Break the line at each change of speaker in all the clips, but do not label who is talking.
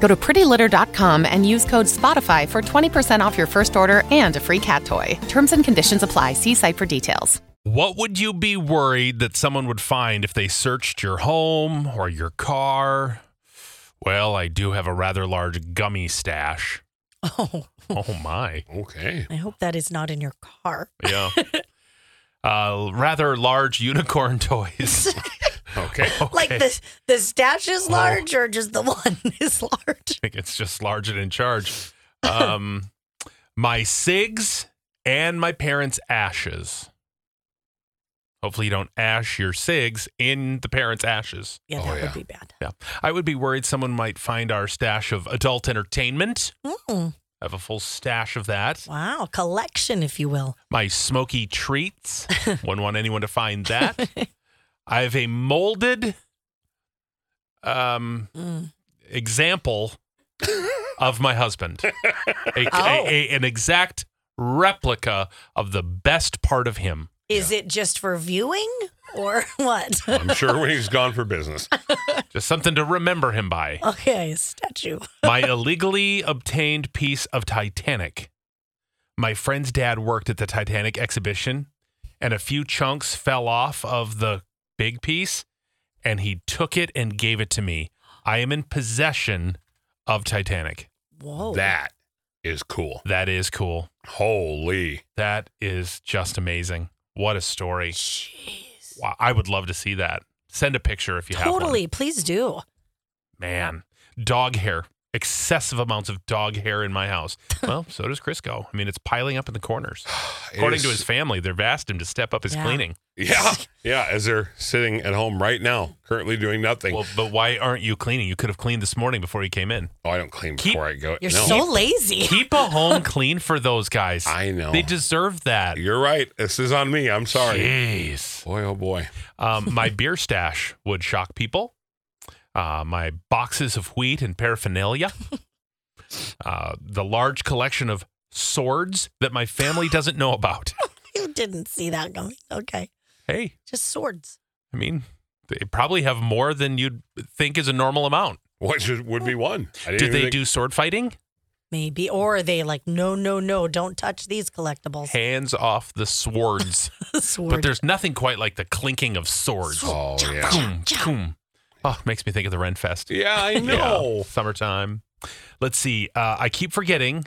Go to prettylitter.com and use code SPOTIFY for 20% off your first order and a free cat toy. Terms and conditions apply. See site for details.
What would you be worried that someone would find if they searched your home or your car? Well, I do have a rather large gummy stash.
Oh,
Oh my.
Okay.
I hope that is not in your car.
Yeah. Uh, rather large unicorn toys.
Okay.
Like
Okay.
the the stash is
Oh.
large, or just the one is large.
think it's just large and in charge. Um, my SIGs and my parents' ashes. Hopefully, you don't ash your SIGs in the parents' ashes.
Yeah,
Oh,
that
yeah.
would be bad.
Yeah. I would be worried someone might find our stash of adult entertainment.
Mm,
I have a full stash of that.
wow, collection, if you will.
My smoky treats. Wouldn't want anyone to find that. I have a molded um,
Mm.
example of my husband, A- a-
Oh.
a- an exact replica of the best part of him.
Is it just for viewing or what?
I'm sure when he's gone for business.
Just something to remember him by.
okay, statue.
My illegally obtained piece of Titanic. My friend's dad worked at the Titanic exhibition, and a few chunks fell off of the big piece, and he took it and gave it to me. I am in possession of Titanic.
Whoa,
That is cool.
That is cool.
Holy.
That is just amazing. What a story.
jeez,
Wow, I would love to see that. Send a picture if you have one.
totally. Please do.
Man, dog hair. Excessive amounts of dog hair in my house. Well, so does Crisco. I mean, it's piling up in the corners.
It
According
is-
to his family, they've asked him to step up his
Yeah.
cleaning.
Yeah. Yeah. As they're sitting at home right now, currently doing nothing.
Well, but why aren't you cleaning? You could have cleaned this morning before you came in.
oh, I don't clean
keep-
before I go.
You're
no.
so lazy.
Keep a home clean for those guys.
I know.
They deserve that.
You're right. This is on me. I'm sorry.
Jeez.
Boy, oh boy.
Um, my beer stash would shock people. Uh, my boxes of wheat and paraphernalia. Uh, the large collection of swords that my family doesn't know about.
you didn't see that coming. Okay,
Hey,
just swords.
I mean, they probably have more than you'd think is a normal amount.
What should, would be one? I didn't
Did
even
they
think-
do sword fighting?
Maybe, or are they like, no, no, no, don't touch these collectibles.
Hands off the swords.
Sword.
but there's nothing quite like the clinking of swords.
Oh, yeah.
Boom, boom. Oh, makes me think of the Ren Fest.
Yeah, I
Yeah,
know.
summertime. Let's see. Uh, I keep forgetting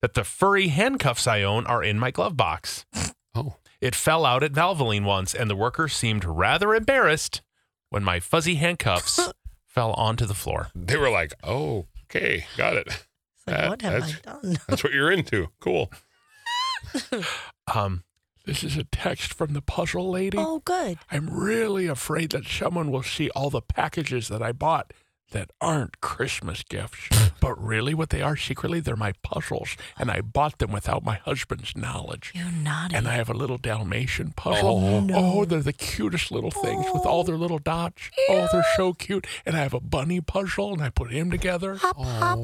that the furry handcuffs I own are in my glove box.
Oh.
It fell out at Valvoline once, and the worker seemed rather embarrassed when my fuzzy handcuffs fell onto the floor.
They were like, oh, okay, got it.
It's like,
that-
what have I
that's-
done?
That's what you're into. Cool.
Um, this is a text from the puzzle lady.
Oh, good.
I'm really afraid that someone will see all the packages that I bought that aren't Christmas gifts. but really, what they are secretly, they're my puzzles, and I bought them without my husband's knowledge.
You naughty.
And I have a little Dalmatian puzzle.
Oh,
no.
they're the cutest little things with all their little dots. Oh, they're so cute. And I have a bunny puzzle, and I put him together.
hop, hop.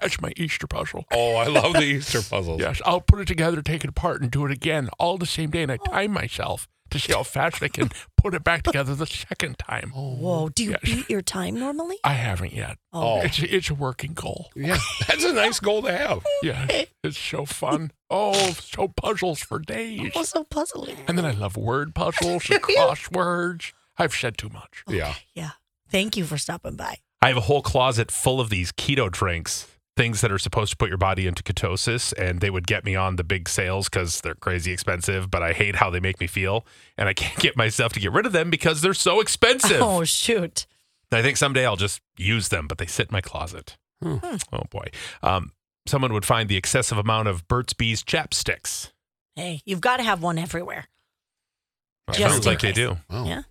That's my Easter puzzle.
Oh, I love the Easter puzzles.
Yes, I'll put it together, take it apart, and do it again all the same day. And I time myself to see how fast I can put it back together the second time.
Whoa, do you
Yes.
beat your time normally?
I haven't yet.
Oh.
It's, it's a working goal.
Yeah. That's a nice goal to have.
Yeah, it's so fun. Oh, so puzzles for days.
Oh, so puzzling.
And then I love word puzzles and crosswords. I've said too much.
Yeah.
Yeah. Thank you for stopping by.
I have a whole closet full of these keto drinks, things that are supposed to put your body into ketosis, and they would get me on the big sales because they're crazy expensive, but I hate how they make me feel. And I can't get myself to get rid of them because they're so expensive.
Oh, shoot.
I think someday I'll just use them, but they sit in my closet.
Hmm.
Oh boy. Um, someone would find the excessive amount of Burt's Bees chapsticks.
Hey, you've got to have one everywhere.
It
Just
sounds
in
like they
case.
do.
Wow.
Yeah.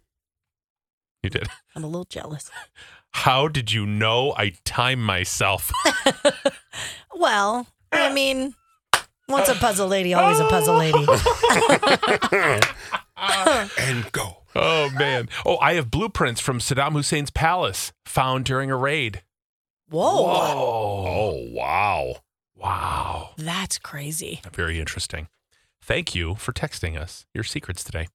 You did.
I'm a little jealous.
How did you know I timed myself?
Uh. Well, I mean, Once a puzzle lady, always a puzzle lady.
and go.
Oh man. Oh, I have blueprints from Saddam Hussein's palace found during a raid.
Whoa.
Oh.
Oh, wow.
Wow.
That's crazy.
Very interesting. Thank you for texting us your secrets today.